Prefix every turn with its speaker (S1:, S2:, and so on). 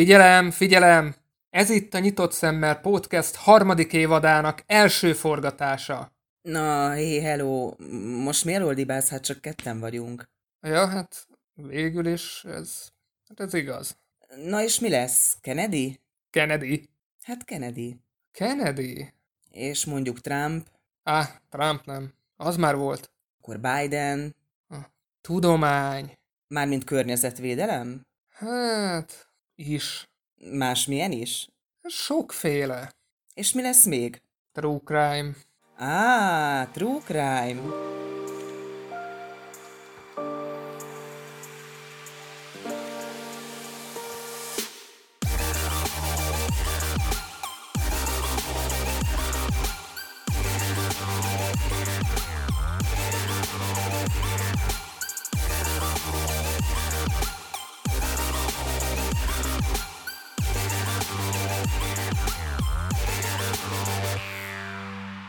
S1: Figyelem, figyelem! Ez itt a Nyitott Szemmel Podcast harmadik évadának első forgatása.
S2: Na, hé, hello, most miért oldibálsz, hát csak ketten vagyunk.
S1: Ja, hát végül is ez, hát ez igaz.
S2: Na és mi lesz? Kennedy?
S1: Kennedy.
S2: Hát Kennedy.
S1: Kennedy?
S2: És mondjuk Trump,
S1: Ah, Trump nem. Az már volt.
S2: akkor Biden,
S1: Tudomány.
S2: mármint környezetvédelem?
S1: Hát, is.
S2: Másmilyen is?
S1: Sokféle.
S2: És mi lesz még?
S1: True crime.
S2: Á, true crime.